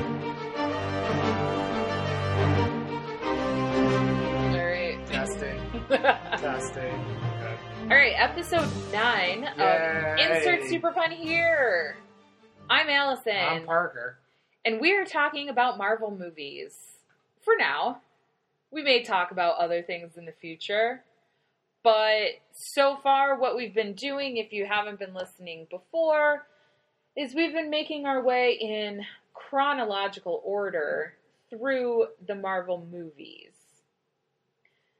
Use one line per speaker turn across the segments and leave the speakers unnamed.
Fantastic. Okay.
All right, episode nine of
Yay.
Insert Super Fun here. I'm Allison,
I'm Parker.
and we are talking about Marvel movies for now. We may talk about other things in the future, but so far, what we've been doing, if you haven't been listening before, is we've been making our way in chronological order through the Marvel movies.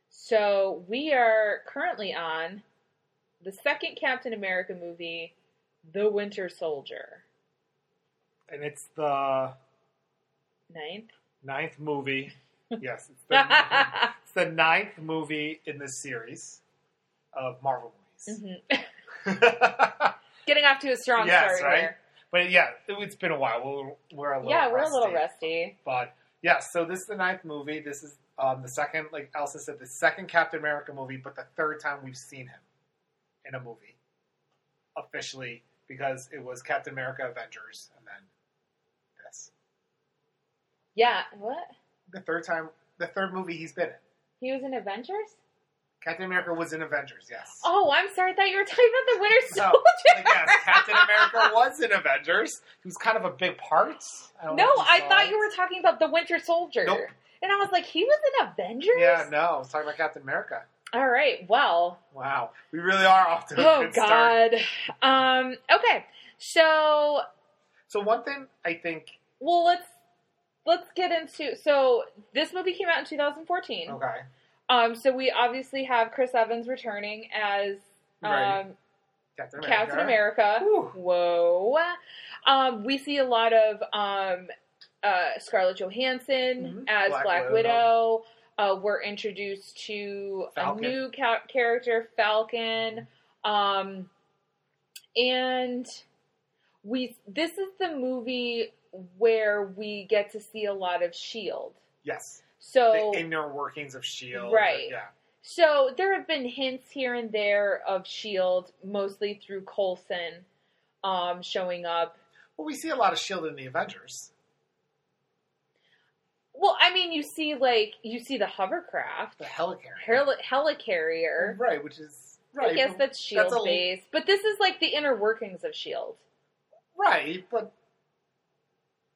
So we are currently on the second Captain America movie, The Winter Soldier.
And it's the
Ninth?
ninth movie. Yes, it's the, it's the ninth movie in this series of Marvel movies.
Mhm. Mm-hmm. Getting off to a strong
Yes,
start
right?
here.
but yeah, it, it's been a while. We're, we're a little
Yeah, we're a little
rusty.
rusty.
But yeah, so this is the ninth movie. This is um, the second, like Elsa said, the second Captain America movie, but the third time we've seen him in a movie officially because it was Captain America Avengers and then this.
Yeah, what?
The third time, the third movie he's been in.
He was in Avengers?
Captain America was in Avengers, yes.
Oh, I'm sorry. I thought you were talking about the Winter
No,
Soldier.
Like, yes, Captain America was in Avengers. He was kind of a big part. don't
No,
know if
I
saw
thought
it.
you were talking about the Winter Soldier.
Nope.
And I was like, he was in Avengers?
Yeah, no, I was talking about Captain America.
All right. Well,
Wow, we really are off to a
oh
good start.
god. Um okay. So,
So one thing I think.
well let's let's get into so this movie came out in 2014.
Okay.
Um so we obviously have Chris Evans returning as um
Right. Captain America.
Captain America.
Whew.
Whoa. Um, we see a lot of um, uh, Scarlett Johansson
Mhm.
as Black,
Black
Widow.
Widow.
Uh, we're introduced to
Falcon.
a new ca- character, Falcon.
Mm-hmm.
Um, and we this is the movie where we get to see a lot of Shield.
Yes.
E So
the inner workings of Shield.
Oh. Right.
E Yeah.
so there have been hints here and there of Shield, E mostly through Coulson um, showing up.
Well, we see a lot of Shield E in the Avengers.
Well, I mean, you see like you see the hovercraft,
The Helicarrier.
heli- helicarrier.
Right, which is right.
I guess
but-
that's Shield
a-
based, but this is like the inner workings of Shield.
right, but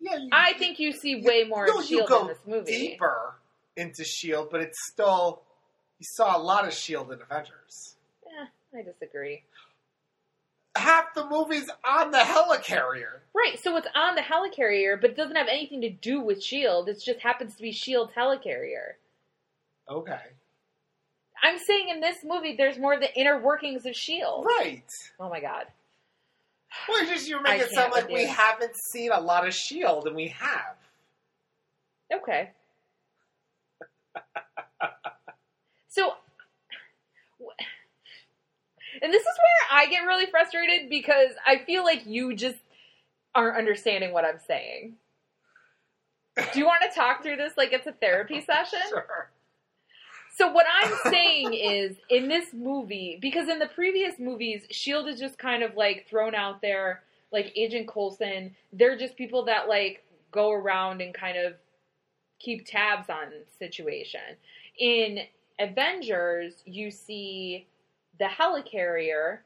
yeah, you,
I think you see way more
no,
of
you
Shield
go
E in this movie.
deeper into Shield, E but it's still you saw a lot of Shield E in Avengers.
Eh, I disagree.
Half the movies on the Helicarrier.
Right, so it's on the helicarrier, but it doesn't have anything to do with Shield. E It just happens to be Shield's E helicarrier.
Okay.
I'm saying in this movie, there's more of the inner workings of Shield.
Right.
Oh my god.
Well, it's just you
I
make it
can't
sound like
with
we
you.
haven't seen a lot of Shield, E and we have.
Okay. so, and this is where I get really frustrated because I feel like you just aren't understanding what I'm saying. Do you want to talk through this like it's a therapy session?
Sure.
So what I'm saying is in this movie, because in the previous movies, Shield E is just kind of like thrown out there, like Agent Coulson. They're just people that like go around and kind of keep tabs on situation. In Avengers, you see the helicarrier.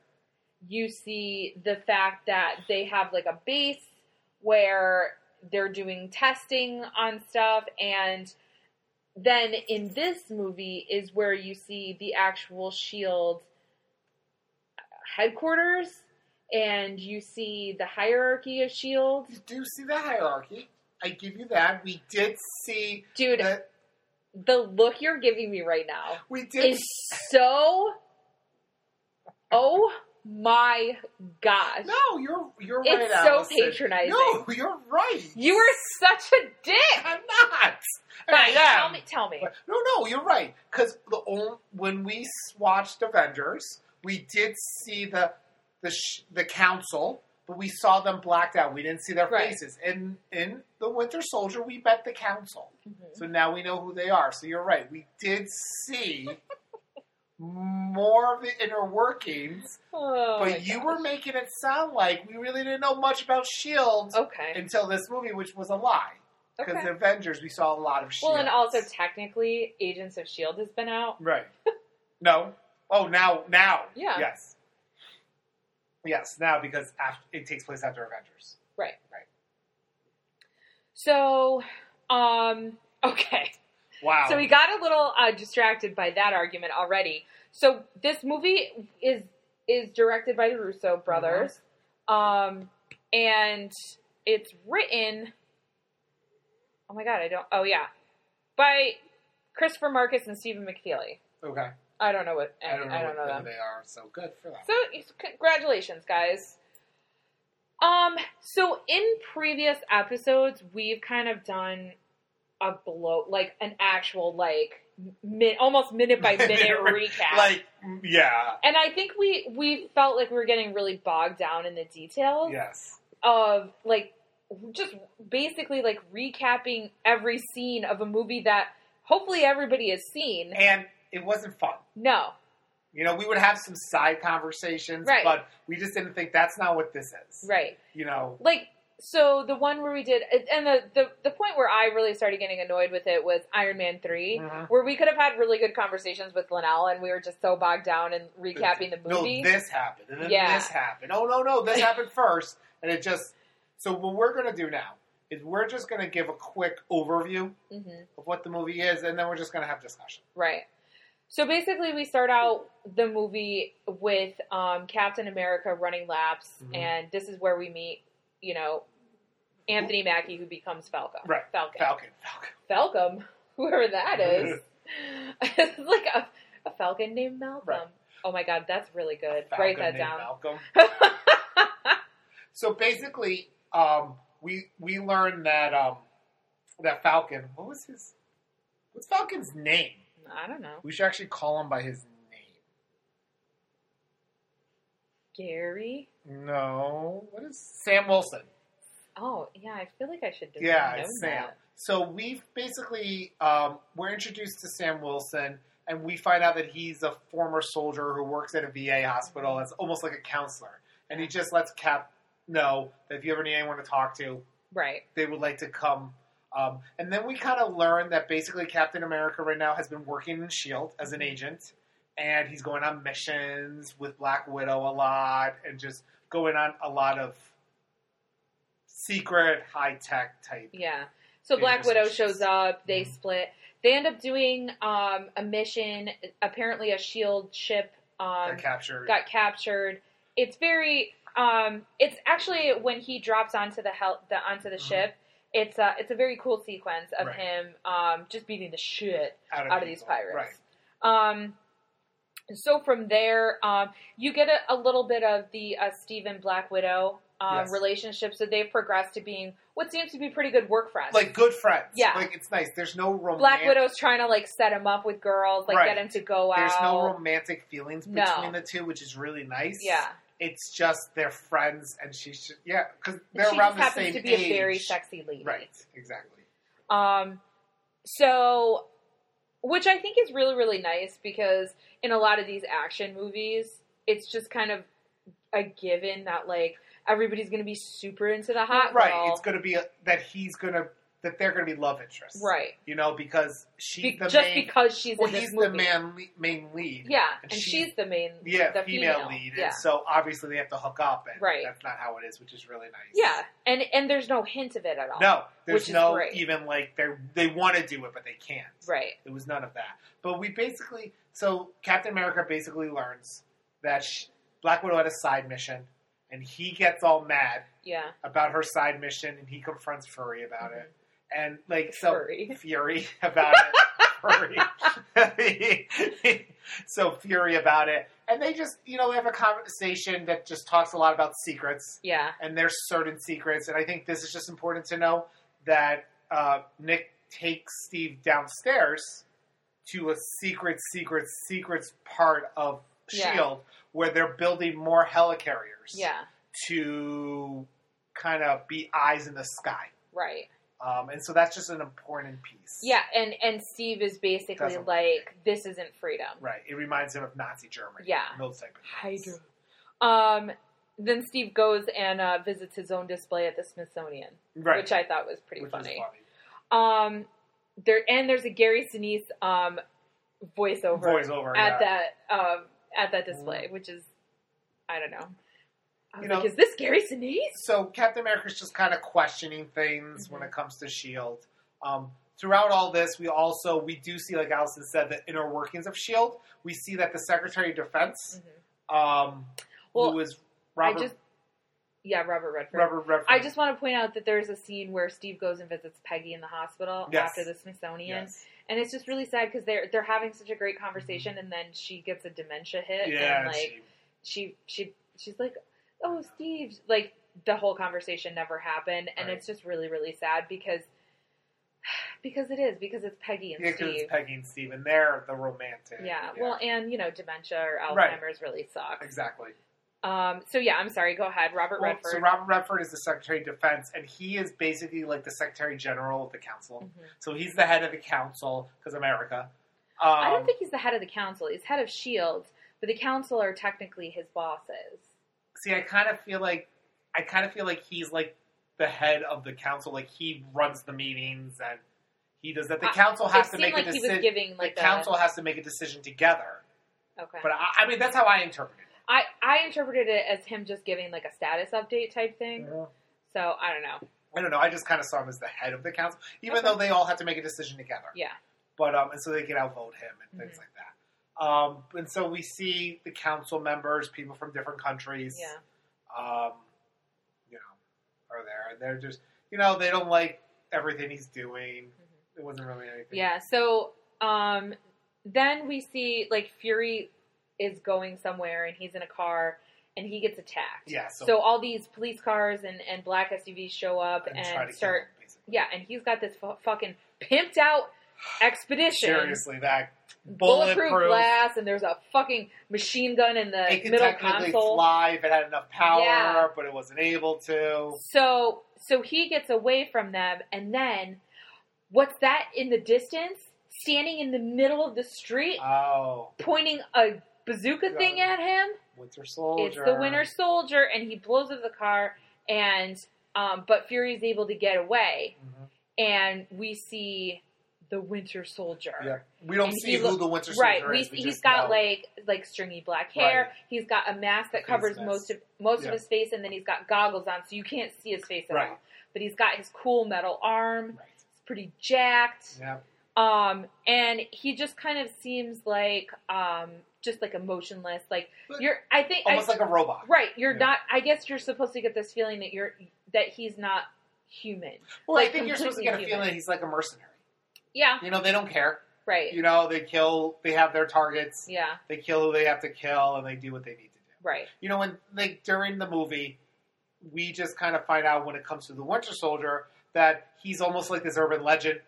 You see the fact that they have like a base where they're doing testing on stuff and then in this movie is where you see the actual shield E headquarters and you see the hierarchy of shield
You do see the hierarchy. I give you that. We did see
dude
that.
the look you're giving me right now
We did.
is so oh my gosh
no, you're you're right.
it's so
Allison.
patronizing
No, you're right.
you are such a dick
I'm not.
Fine,
I am.
tell me tell me
But- No, no, you're right. Because the on- when we s- watched Avengers, we did see the the sh- the council, but we saw them blacked out. We didn't see their
Right.
faces. And in the Winter Soldier, we met the council.
Mhm.
So now we know who they are. So you're right. We did see more of the inner workings,
Oh my
but you were making it sound like we really didn't know much about Shield
gosh. okay
E until this movie, which was a lie. Because
okay
the Avengers, we saw a lot of
E
Shield.
well and also technically agents of shield has been out
right. No, Oh, now, now.
Yeah.
Yes. Yes, now because after, it takes place after Avengers.
So, um, okay.
Wow.
So we got a little uh, distracted by that argument already. So this movie is is directed by the Russo brothers, um, and it's written. Oh my god, I don't. Oh yeah, by Christopher Marcus and Stephen McFeely.
okay.
I don't know what I,
I don't know,
I don't know
what,
them.
who they are, so good for them.
So it's- congratulations, guys. Um, so in previous episodes, we've kind of done a blow, like an actual, like min, almost minute by minute recap.
like, mm, yeah.
and I think we we felt like we were getting really bogged down in the details
Yes.
of like just basically like recapping every scene of a movie that hopefully everybody has seen.
And it wasn't fun.
No,
You know, we would have some side conversations,
Right.
but we just didn't think that's not what this is.
right.
You know,
like so the one where we did and the, the the point where i really started getting annoyed with it was iron man 3
Mhm.
where we could have had really good conversations with linnell and we were just so bogged down in recapping the movie
no, this happened, and then
Yeah.
this happened. Oh no, no, this happened first, and it just. So what we're gonna do now is we're just gonna give a quick overview
hmm
of what the movie is, and then we're just gonna have discussion.
right so basically we start out the movie with um, captain america running laps
Mhm.
and this is where we meet you know anthony mackie who becomes falcon
Right.
falcon
Falcon, Falcon.
falcon whoever that is it's like a, a falcon named malcolm
Right.
oh my god that's really good
Falcon
write that
named
down
Malcolm. So basically, um, we we learned that um, that Falcon. What was his? What's Falcon's name?
I don't know.
We should actually call him by his name.
Gary?
No, what is Sam Wilson?
Oh, yeah, I feel like I should just
yeah,
know
it's Sam.
that.
So we've basically um, we're introduced to Sam Wilson, and we find out that he's a former soldier who works at a VA hospital that's almost like a counselor, and he just lets Cap know that if you ever need anyone to talk to,
Right.
they would like to come. Um, and then we kind of learn that basically Captain America right now has been working in Shield E as an agent, and he's going on missions with Black Widow a lot, and just going on a lot of secret high tech type.
Yeah. So
Yeah,
Black
just-
Widow shows up, they
Mhm.
split. They end up doing um, a mission, apparently a shield ship um,
got captured.
got captured. It's very um, it's actually when he drops onto the hel- the onto the
Mhm.
ship. It's a, it's a very cool sequence of
Right.
him um, just beating the shit out of these
people.
pirates.
Right.
Um, so from there, um, you get a, a little bit of the uh, Stephen Black Widow um,
Yes.
relationship. So they've progressed to being what seems to be pretty good work friends.
Like good friends.
Yeah.
Like it's nice. There's no romantic.
Black Widow's trying to like set him up with girls, like
Right.
get him to go out.
There's no romantic feelings
No.
between the two, which is really nice.
yeah,
It's just they're friends, and she should. Yeah, because
And
they're
she
around
just
the
happens
same
to be
age.
a very sexy lady,
Right. Exactly.
Um, so, which I think is really, really nice because in a lot of these action movies, it's just kind of a given that like everybody's going to be super into the hot
right.
girl,
It's gonna be a, that he's gonna that they're gonna be love interests.
right?
You know because she's
Be-
the
just
main.
because she's
well,
in this
he's
movie,
the man le- main lead.
yeah,
and
and
she's-
she's the main,
Yeah,
the
female, lead,
yeah.
and so obviously they have to hook up, and
Right.
that's not how it is, which is really nice.
yeah, and and there's no hint of it at all,
No,
Oh,
there's
Which is
no
great.
even like they they want to do it, but they can't.
right?
There was none of that. But we basically so Captain America basically learns that sh Black Widow had a side mission, and he gets all mad
Yeah,
about her side mission, and he confronts Fury about it,
Mm-hmm.
and like so
Furry.
Fury about it. Fury. so Fury about it. And they just, you know, have a conversation that just talks a lot about secrets
yeah,
and there's certain secrets. And I think this is just important to know that uh, Nick takes Steve downstairs to a secret, secret, secrets part of
Yeah.
Shield E where they're building more helicarriers
yeah,
to kind of be eyes in the sky.
right.
Um, and so that's just an important piece.
Yeah, and and Steve is basically
Doesn't-
like, this isn't freedom.
Right. It reminds him of Nazi Germany.
Yeah.
Those type of things.
Hydra. Um, then Steve goes and uh, visits his own display at the Smithsonian,
Right.
which I thought was pretty
Which is
funny. Um, there and there's a Gary Sinise um voiceover
Voice over.
at
yeah. Mm-hmm.
that um at that display, which is, I don't know. I was
You know-
like, is this Gary Sinise?
So Captain America's just kind of questioning things when
Mm-hmm.
it comes to Shield. E Um, throughout all this, we also we do see, like Allison said, the inner workings of Shield. E We see that the Secretary of Defense, um,
Mm-hmm. Well,
who is
I
Robert
just, yeah, Robert Redford.
Robert Redford,
I just want to point out that there's a scene where Steve goes and visits Peggy in the hospital
Yes.
after the Smithsonian,
Yes.
and it's just really sad because they're they're having such a great conversation, and then she gets a dementia hit,
yeah,
and like
she-
she she she's like, "Oh, Steve," like the whole conversation never happened, and
Right.
it's just really really sad because because it is because it's Peggy and
yeah, 'cause
Steve.
it's Peggy and Steve, and they're the romantic.
yeah. well, and you know, dementia or
Right.
Alzheimer's really sucks.
exactly.
Um, so yeah, I'm sorry. Go ahead, Robert
Well,
Redford.
so Robert Redford is the Secretary of Defense, and he is basically like the Secretary General of the Council.
Mhm.
So he's the head of the council because America. Um,
I don't think he's the head of the council. He's head of Shield, E but the council are technically his bosses.
see i kind of feel like i kind of feel like he's like the head of the council like he runs the meetings and he does that the
I-
council
It
has to
seemed
make
like
a
he was
decision
giving
the
like a-
council has to make a decision together
okay.
but i, I mean that's how i interpret it
I I interpreted it as him just giving like a status update type thing. So I don't know.
i don't know i just kind of saw him as the head of the council even
Okay.
though they all have to make a decision together
Yeah.
but um and so they can outvote him and things
Mhm.
like that um and so we see the council members people from different countries
Yeah.
um, you know, are there. And they're just, you know, they don't like everything he's doing. It wasn't really anything.
Yeah. So um, then we see like Fury is going somewhere and he's in a car and he gets attacked.
Yeah,
So,
so-
all these police cars and, and black SUVs show up and,
And try to
start.
Kill him, basically.
Yeah, and he's got this fu- fucking pimped out expedition.
Seriously, that
Bulletproof,
bulletproof.
glass, and there's a fucking machine gun in the
it could
middle
technically
console.
fly if it had enough power,
Yeah.
but it wasn't able to.
So so he gets away from them, and then what's that in the distance? Standing in the middle of the street,
Oh,
pointing a bazooka thing at him.
Winter Soldier.
It's the Winter Soldier, and he blows up the car. And um, but Fury's able to get away,
Mhm.
and we see the Winter Soldier.
Yeah. We don't
And
see
he
who
look-
the Winter Soldier
Right, we,
is. We
he's
just
got
know.
like like stringy black hair.
Right.
He's got a mask that
Face
covers
mask.
most of most
Yeah.
of his face, and then he's got goggles on, so you can't see his face at all.
Right.
But he's got his cool metal arm.
Right.
It's pretty jacked.
Yeah.
Um, and he just kind of seems like um, just like emotionless. Like
But-
you're, I think, I,
Almost like a robot.
right. You're
Yeah.
not. I guess you're supposed to get this feeling that you're that he's not human.
Well,
like
I think you're supposed to get a
completely
feeling
human.
that he's like a mercenary.
Yeah.
You know, they don't care.
Right.
You know, they kill, they have their targets.
yeah.
they kill who they have to kill and they do what they need to do.
Right.
You know, when like during the movie, we just kind of find out when it comes to the Winter Soldier that he's almost like this urban legend.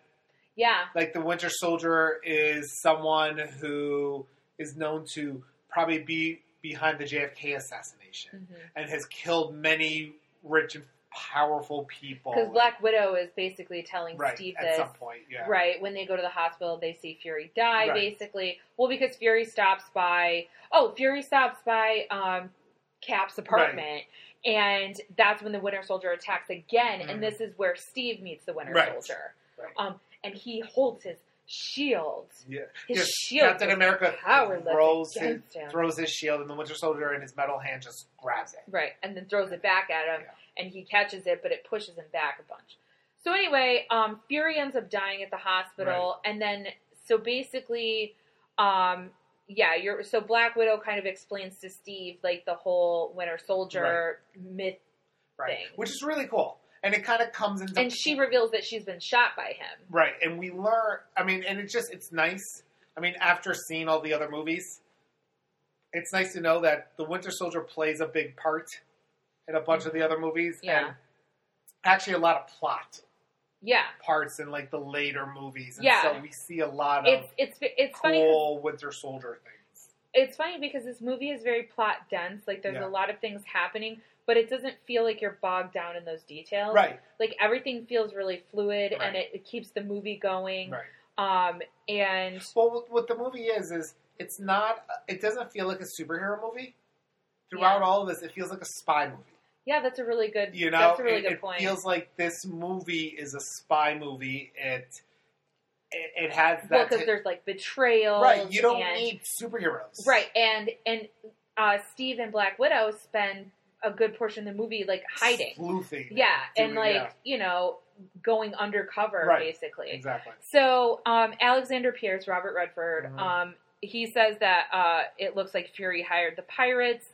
Yeah.
Like the Winter Soldier is someone who is known to probably be behind the JFK assassination
Because
and has killed many rich and powerful people.
Black Widow is basically telling
right
Steve
at
this.
some point, yeah.
Right when they go to the hospital, they see Fury die.
Right.
Basically, well, because Fury stops by. Oh, Fury stops by um, Cap's apartment, and that's when the Winter Soldier attacks again.
Mhm.
And this is where Steve meets the Winter
Right.
Soldier,
Right.
um, and he holds his shield.
Yeah.
His
Yes,
shield
Captain
was
America
powerless
throws his,
against him.
throws his shield, and the Winter Soldier in his metal hand just grabs it.
Right, and then throws it back at him, and he catches it, but it pushes him back a bunch. So anyway, um, Fury ends up dying at the hospital, and then so basically, um, yeah, you're so Black Widow kind of explains to Steve like the whole Winter Soldier myth,
right,
thing.
which is really cool. And it kind of comes into
and she reveals that she's been shot by him.
right, and we learn. I mean, and it's just it's nice. I mean, after seeing all the other movies, it's nice to know that the Winter Soldier plays a big part in a bunch of the other movies,
Yeah.
and actually a lot of plot
Yeah,
parts in like the later movies. And
Yeah.
so we see a lot of
it's it's it's funny. 'cause
cool Winter Soldier things.
it's funny because this movie is very plot dense. Like there's
Yeah.
a lot of things happening, but it doesn't feel like you're bogged down in those details.
Right,
like everything feels really fluid
Right.
and it, it keeps the movie going
right.
um and
Well, what- what the movie is is it's not. It doesn't feel like a superhero movie. Throughout
Yeah.
all of this, it feels like a spy movie.
yeah that's a really good
You know,
that's a really
it,
good
it
point
feels like this movie is a spy movie. It it, it has
Well,
that.
because there's like betrayal,
right, you don't
and,
need superheroes.
right, and and uh, Steve and Black Widow spend a good portion of the movie like hiding,
Sleuthing.
yeah, and
Doing-
like
yeah,
you know going undercover
Right.
basically.
exactly.
So um, Alexander Pierce, Robert Redford,
Mhm.
um, he says that uh, it looks like Fury hired the pirates.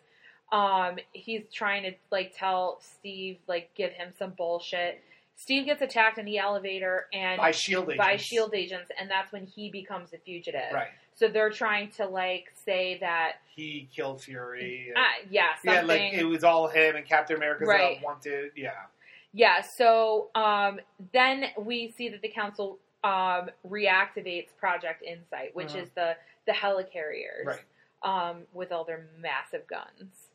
Um, he's trying to like tell Steve, like give him some bullshit. Steve gets attacked in the elevator and
By shield E agents.
by shield E agents, and that's when he becomes a fugitive.
Right.
So they're trying to like say that,
He killed Fury. and-
ah, yeah,
yeah,
something.
like it was all him and Captain America's
Right.
not wanted. Yeah.
Yeah, so um, then we see that the council um, reactivates Project Insight, which
Mhm.
is the the helicarriers
Right.
um, with all their massive guns.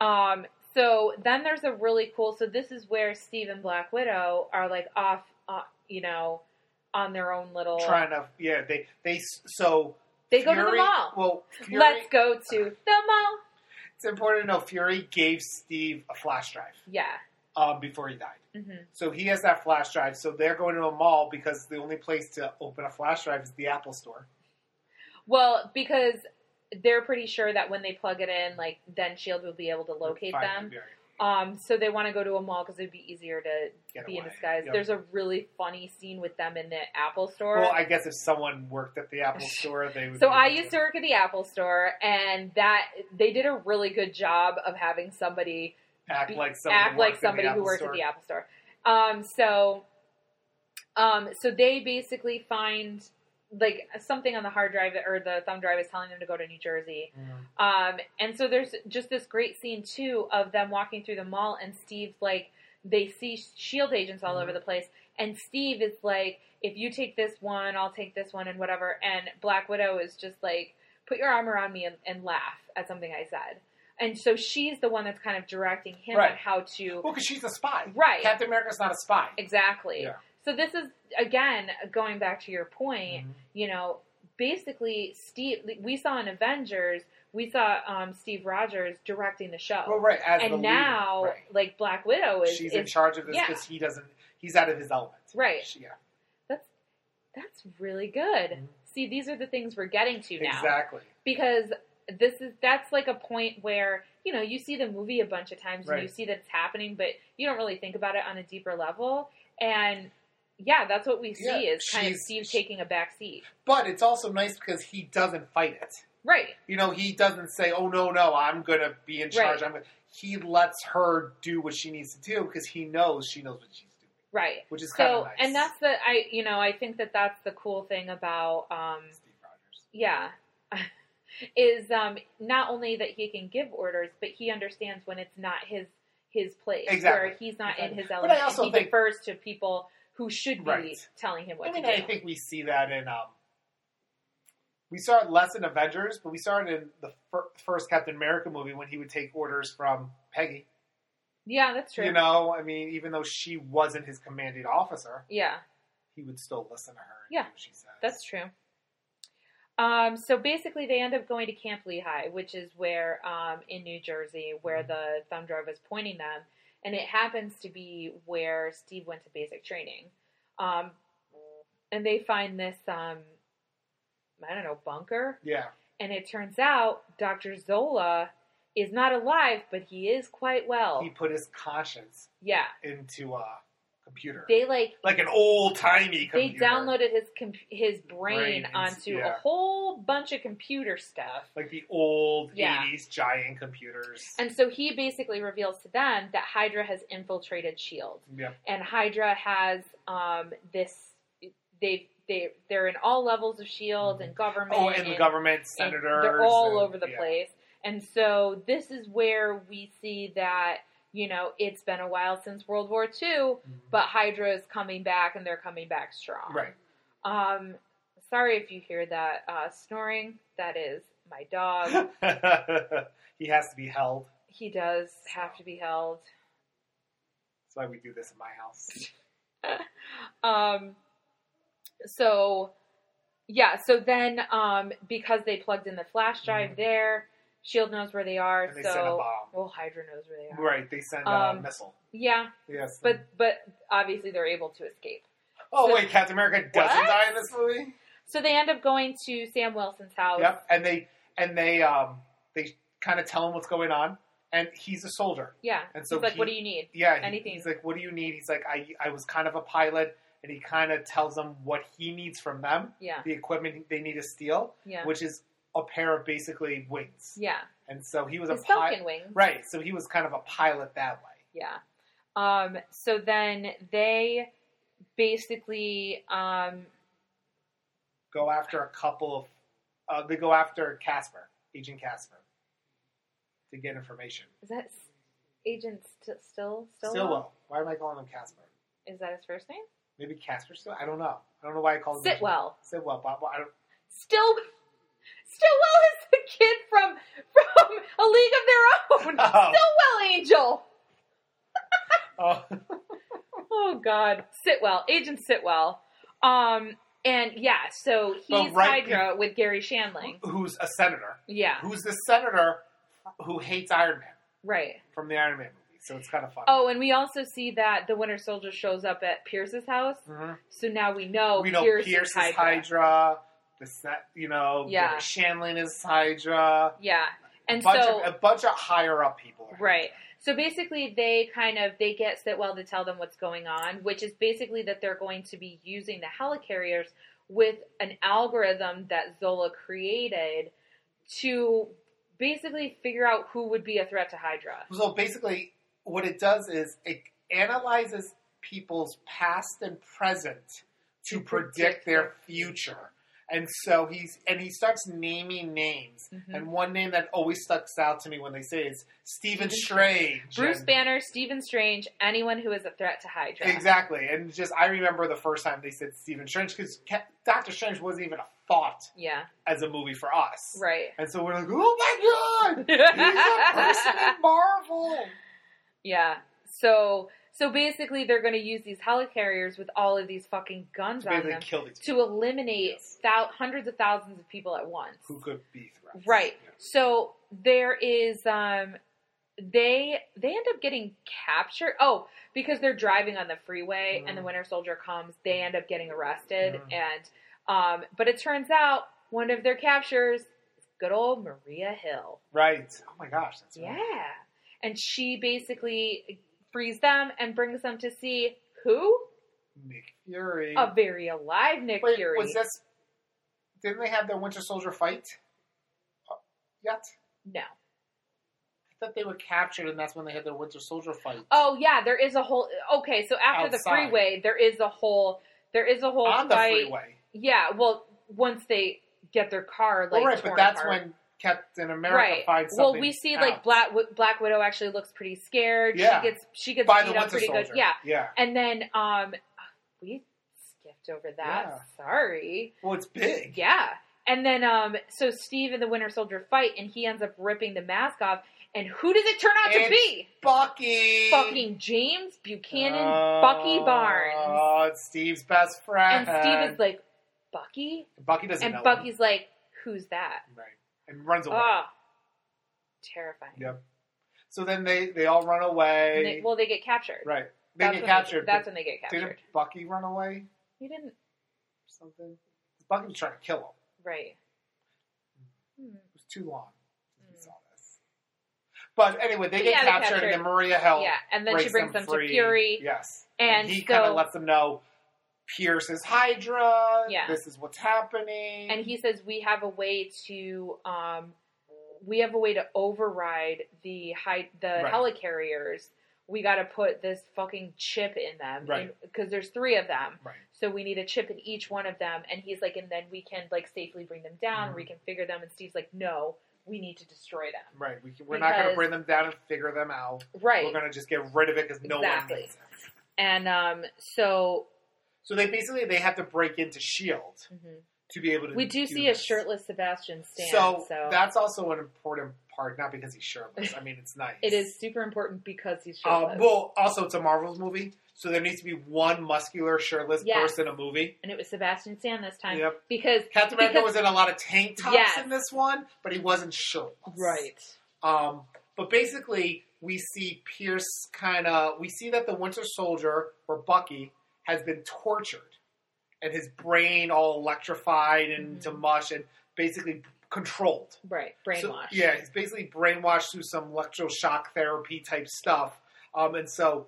Um, so then there's a really cool. So this is where Steve and Black Widow are like off, uh, you know, on their own little.
Trying to. Yeah. They. They. s- So.
they go to the
Fury-
mall.
Well, Fury,
Let's go to the mall.
it's important to know Fury gave Steve a flash drive
Yeah.
um, before he died.
hmm
So he has that flash drive. So they're going to a mall because the only place to open a flash drive is the Apple store.
Well, because they're pretty sure that when they plug it in, like then Shield E will be able to locate
Find
them.
it, yeah,
Um, so they want to go to a mall because it'd be easier to
get
be in
away.
disguise.
Yep.
There's a really funny scene with them in the Apple store.
Well, I guess if someone worked at the Apple store, they would.
so
be
I
able
used to work at the Apple store, and that they did a really good job of having somebody
act
be-
like someone
act like
works at the
somebody who
Apple
works
store.
at the Apple store. Um, so, um, so they basically find like something on the hard drive or the thumb drive is telling them to go to New Jersey.
Mm.
Um, and so there's just this great scene too of them walking through the mall, and Steve's like, they see Shield agents all
Mhm.
over the place, and Steve is like, if you take this one, I'll take this one, and whatever. And Black Widow is just like, put your arm around me and, and laugh at something I said. And so she's the one that's kind of directing him
Right.
on how to,
Well, because she's a spy.
right?
Captain America's not a spy.
Exactly.
Yeah.
So this is again going back to your point
Mhm.
you know, basically Steve. We saw in Avengers, we saw um, Steve Rogers directing the show,
Well, right. Oh, As the
and
leader,
now
right.
like Black Widow is,
she's in
is
charge of this
yeah.
because he doesn't. He's out of his element.
right.
She- yeah.
That's really good.
Mhm.
See, these are the things we're getting to now
Exactly.
because this is that's like a point where you know you see the movie a bunch of times
Right.
and you see that it's happening, but you don't really think about it on a deeper level and. Yeah, that's what we see
Yeah,
is kind of
she's-
Steve
she-
taking a back seat.
But it's also nice because he doesn't fight it.
Right.
You know, he doesn't say, "Oh no, no, I'm going to be in charge."
Right.
I'm. Gonna, he lets her do what she needs to do because he knows she knows what she's doing,
Right.
which is kind of
so
nice.
and that's the i you know i think that that's the cool thing about um
Steve Rogers.
yeah is um not only that he can give orders but he understands when it's not his his place
Exactly.
where he's not in
Exactly.
his
But I
element
also
and he
think-
defers to people who should be
Right.
telling him what
I mean,
to do
I think we see that in. Um, we saw it less in Avengers, but we saw it in the fir- first Captain America movie when he would take orders from Peggy.
yeah that's true
You know, I mean, even though she wasn't his commanding officer,
yeah
he would still listen to her. And
Yeah,
do what she says.
That's true. Um, so basically, they end up going to Camp Lehigh, which is where um, in New Jersey, where
Mm-hmm.
the thumb drive is pointing them, and it happens to be where Steve went to basic training. Um, and they find this, um, I don't know, bunker,
yeah,
and it turns out Doctor Zola is not alive, but he is quite well.
he put his conscience
yeah,
into a computer,
they like
like an old timey
they
computer.
downloaded his com- his brain
Brains,
onto a
yeah.
whole bunch of computer stuff.
like the old
Yeah.
'80s giant computers.
And so he basically reveals to them that Hydra has infiltrated Shield,
yeah,
E and Hydra has um, this. They they they're in all levels of Shield E and government.
oh, and the government
and
senators.
They're all
and-
over the
yeah.
place, and so this is where we see that you know it's been a while since World War II,
Mhm.
but Hydra is coming back, and they're coming back strong.
right.
Um, sorry if you hear that uh, snoring. That is my dog. um,
he has to be held.
he does have to be held.
That's why we do this in my house.
Um, so yeah, so then um, because they plugged in the flash drive
Mhm.
there, Shield E knows where they are.
And they
so
send a bomb.
well, Hydra knows where they are.
Right, they send a
Um,
missile.
Yeah,
Yes,
but but obviously they're able to escape.
Oh
So-
wait, Captain America doesn't
What?
die in this movie.
So they end up going to Sam Wilson's house.
Yep, and they and they um they kind of tell him what's going on, and he's a soldier.
Yeah.
And so
He's like,
he-
what do you need?
Yeah, he-
Anything.
He's like, "What do you need?" He's like, "I I was kind of a pilot," and he kind of tells them what he needs from them,
Yeah.
the equipment they need to steal,
Yeah.
which is a pair of basically wings.
Yeah.
And so he was
His
a pilot,
falcon wings.
right? So he was kind of a pilot that way.
Yeah. Um, so then they basically um,
Go after a couple of, uh, they go after Casper, Agent Casper, to get information.
is that S- Agent St- Still Stillwell?
Stillwell. Why am I calling him Casper?
Is that his first name?
Maybe Casper still. I don't know. I don't know why I called him Agent-
Sitwell.
Sitwell. But, but I don't,
Still Stillwell is the kid from from A League of Their Own.
Oh.
Stillwell Angel.
oh,
Oh God, Sitwell, Agent Sitwell. Um, and yeah, so
But
he's
right
Hydra with Gary Shandling.
oh, who's a senator?
Yeah,
Who's the senator who hates Iron Man
right.
from the Iron Man movie? So it's kind of fun.
Oh, and we also see that the Winter Soldier shows up at Pierce's house.
Mhm.
So now we know
we know
oh, Pierce,
Pierce,
is
is
Hydra.
Hydra. The set, you know,
Yeah.
Gary Shanlin is Hydra.
Yeah, and
bunch
so
of, a bunch of higher up people. Are
right. So basically, they kind of they get Sitwell to tell them what's going on, which is basically that they're going to be using the helicarriers with an algorithm that Zola created to basically figure out who would be a threat to Hydra.
So basically, what it does is it analyzes people's past and present to predict their future. And so he's and he starts naming names.
Mhm.
And one name that always sticks out to me when they say it is
Stephen
Stephen Strange.
Bruce
And-
Banner, Stephen Strange, anyone who is a threat to Hydra.
Exactly. And just I remember the first time they said Stephen Strange because Doctor Strange wasn't even a thought
Yeah.
as a movie for us.
Right.
And so we're like, oh my god, he's a person in Marvel.
Yeah. So so basically they're going to use these helicarriers with all of these fucking guns
So
on
basically
them
killed these
to eliminate
Yes.
thou- hundreds of thousands of people at once.
who could be threats.
Right.
Yeah.
So there is um they they end up getting captured. Oh, because they're driving on the freeway and the
Mhm.
Winter Soldier comes, they end up getting arrested
Mhm.
and um but it turns out one of their captures is good old Maria Hill.
Right. Oh my gosh, that's
Yeah.
right.
And she basically frees them and brings them to see who?
Nick Fury.
A very alive Oh, Nick
Wait,
Fury.
was this? Didn't they have their Winter Soldier fight Uh, yet?
no.
I thought they were captured, and that's when they had their Winter Soldier fight.
Oh yeah, there is a whole okay, so after the
Outside.
freeway there is a whole there is a whole
on the
fight.
freeway.
Yeah, well, once they get their car, like
Well, right,
torn
but that's
apart.
when Captain America
right.
finds
well,
something.
we see
out
like Black Wi- Black Widow actually looks pretty scared.
Yeah.
She gets she gets
by
beat
the
up
Winter
pretty
Soldier.
good. Yeah,
yeah.
and then um, we skipped over that.
Yeah.
Sorry.
Well, it's big.
Yeah, and then um, so Steve and the Winter Soldier fight, and he ends up ripping the mask off. And who does it turn out to
It's-
be?
Bucky.
Fucking James Buchanan,
Oh,
Bucky Barnes,
Oh, it's Steve's best
and
friend.
Steve is like Bucky,
Bucky doesn't
and
know.
Bucky's like, who's that?
him. Right. And runs away.
Ah, terrifying.
Yep. So then they, they all run
And
away.
they- well, they get captured.
right. They
That's
get
when
captured.
that's when they get
Didn't
captured.
Bucky run away or
He didn't.
something? Bucky was trying to kill him. It
Right. Hmm.
was too long since
Mm.
we saw this. But anyway, they get
Yeah, they
captured,
captured.
and then Maria Hill
Yeah, and then she
breaks
brings them, to
free.
Fury,
Yes.
and,
he kind
so
of lets them know Pierce is Hydra.
Yeah.
This is what's happening.
and he says we have a way to um, we have a way to override the high the
Right.
helicarriers. We got to put this fucking chip in them,
Right.
Because there's three of them,
right.
so we need a chip in each one of them. And he's like, and then we can like safely bring them down.
Mhm.
We can figure them. And Steve's like, no, we need to destroy them.
Right. We can, we're not going
Because-
to bring them down and figure them out.
Right.
We're going to just get rid of it because no
Exactly.
one needs it.
and um, so
So they basically they have to break into Shield E to be able to.
we do see
Mm-hmm. this.
a shirtless Sebastian Stan. So,
So, that's also an important part, not because he's shirtless. I mean, it's nice.
it is super important because he's
Um,
shirtless,
well, also it's a Marvel's movie, so there needs to be one muscular shirtless
Yes.
person in a movie.
and it was Sebastian Stan this time
Yep.
because
Captain America
Because-
was in a lot of tank tops
Yes.
in this one, but he wasn't shirtless. Um, but basically, we see Pierce kind of we see that the Winter Soldier or Bucky has been tortured and his brain all electrified and
Mhm.
to mush and basically controlled.
Right.
So-
Brainwashed.
yeah, he's basically brainwashed through some electroshock therapy type stuff. Um, and so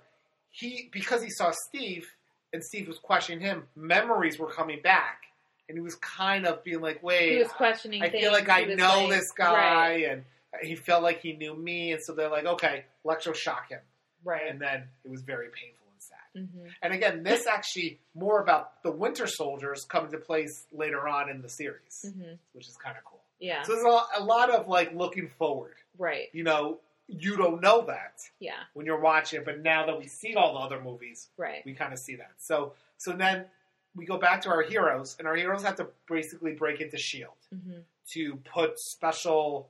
he, because he saw Steve and Steve was questioning him, memories were coming back. And he was kind of being like, wait,
He was questioning
I
things.
feel like I
He was
know
like-
this guy.
Right.
And he felt like he knew me. And so they're like, okay, electroshock him.
right.
And then it was very painful and sad.
hmm
And again, this actually more about the Winter Soldiers come into place later on in the series,
hmm
which is kind of cool.
Yeah.
So there's a, a lot of like looking forward.
right.
You know, you don't know that
Yeah.
when you're watching it, but now that we see all the other movies,
Right.
we kind of see that. So so then we go back to our heroes, and our heroes have to basically break into Shield
hmm
E to put special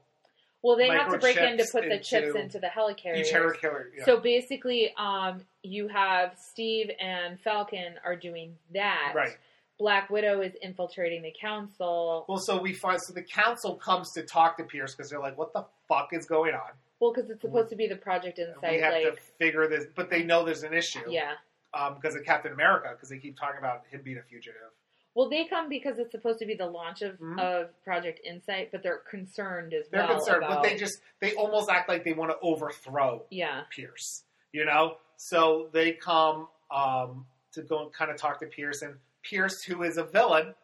Well, they have to break in to
Microchips
put the chips
into
into the helicarrier.
each hero killer. Yeah.
So basically, um, you have Steve and Falcon are doing that.
right.
Black Widow is infiltrating the council.
Well, so we find so the council comes to talk to Pierce because they're like, "What the fuck is going on?"
Well, because it's supposed to be the Project
we
Insight,
have
like
to figure this, but they know there's an issue.
yeah.
Because of Captain America, because they keep talking about him being a fugitive.
Well, they come because it's supposed to be the launch of,
Mhm.
of Project Insight, but they're concerned as
They're
well.
concerned,
about,
but they just they almost act like they want to overthrow
yeah,
Pierce. You know, so they come um, to go and kind of talk to Pierce, and Pierce, who is a villain,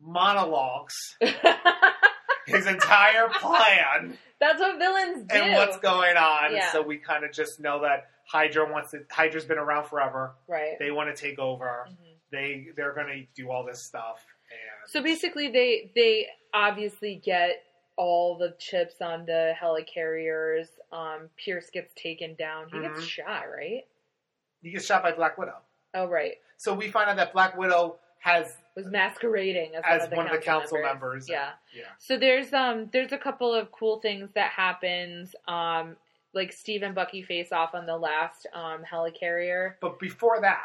monologues his entire plan.
that's what villains do.
and what's going on.
Yeah.
So we kind of just know that Hydra wants to. Hydra's been around forever.
right.
They want to take over.
Mhm.
They they're going to do all this stuff. And
So basically, they they obviously get all the chips on the helicarriers. Um, Pierce gets taken down. He gets
Mhm.
shot, right?
he gets shot by Black Widow.
Oh, right.
So we find out that Black Widow has
Was masquerading as,
as one of the council
members.
members.
Yeah.
yeah.
So there's um there's a couple of cool things that happens. Um like Steve and Bucky face off on the last um helicarrier.
But before that,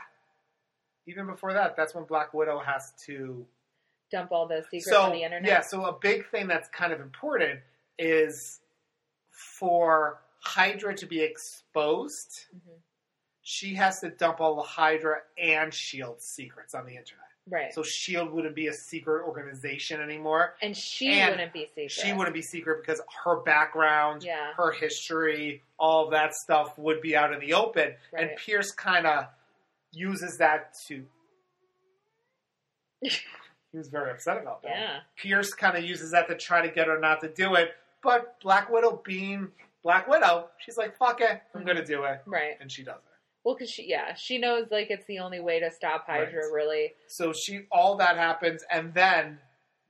even before that, that's when Black Widow has to
Dump all the secrets
so
on the internet.
yeah. So a big thing that's kind of important is for Hydra to be exposed.
Mhm.
she has to dump all the Hydra and Shield E secrets on the internet.
Right.
So Shield E wouldn't be a secret organization anymore.
and she
and
wouldn't be secret.
She wouldn't be secret because her background,
Yeah.
her history, all of that stuff would be out in the open. And
Right.
Pierce kind of uses that to. he was very upset about that.
Yeah.
Pierce kind of uses that to try to get her not to do it. But Black Widow, being Black Widow, she's like, "Fuck it, I'm gonna do it,"
Right.
and she does it.
Well, cause she yeah she knows like it's the only way to stop Hydra
Right.
really.
So she, all that happens, and then,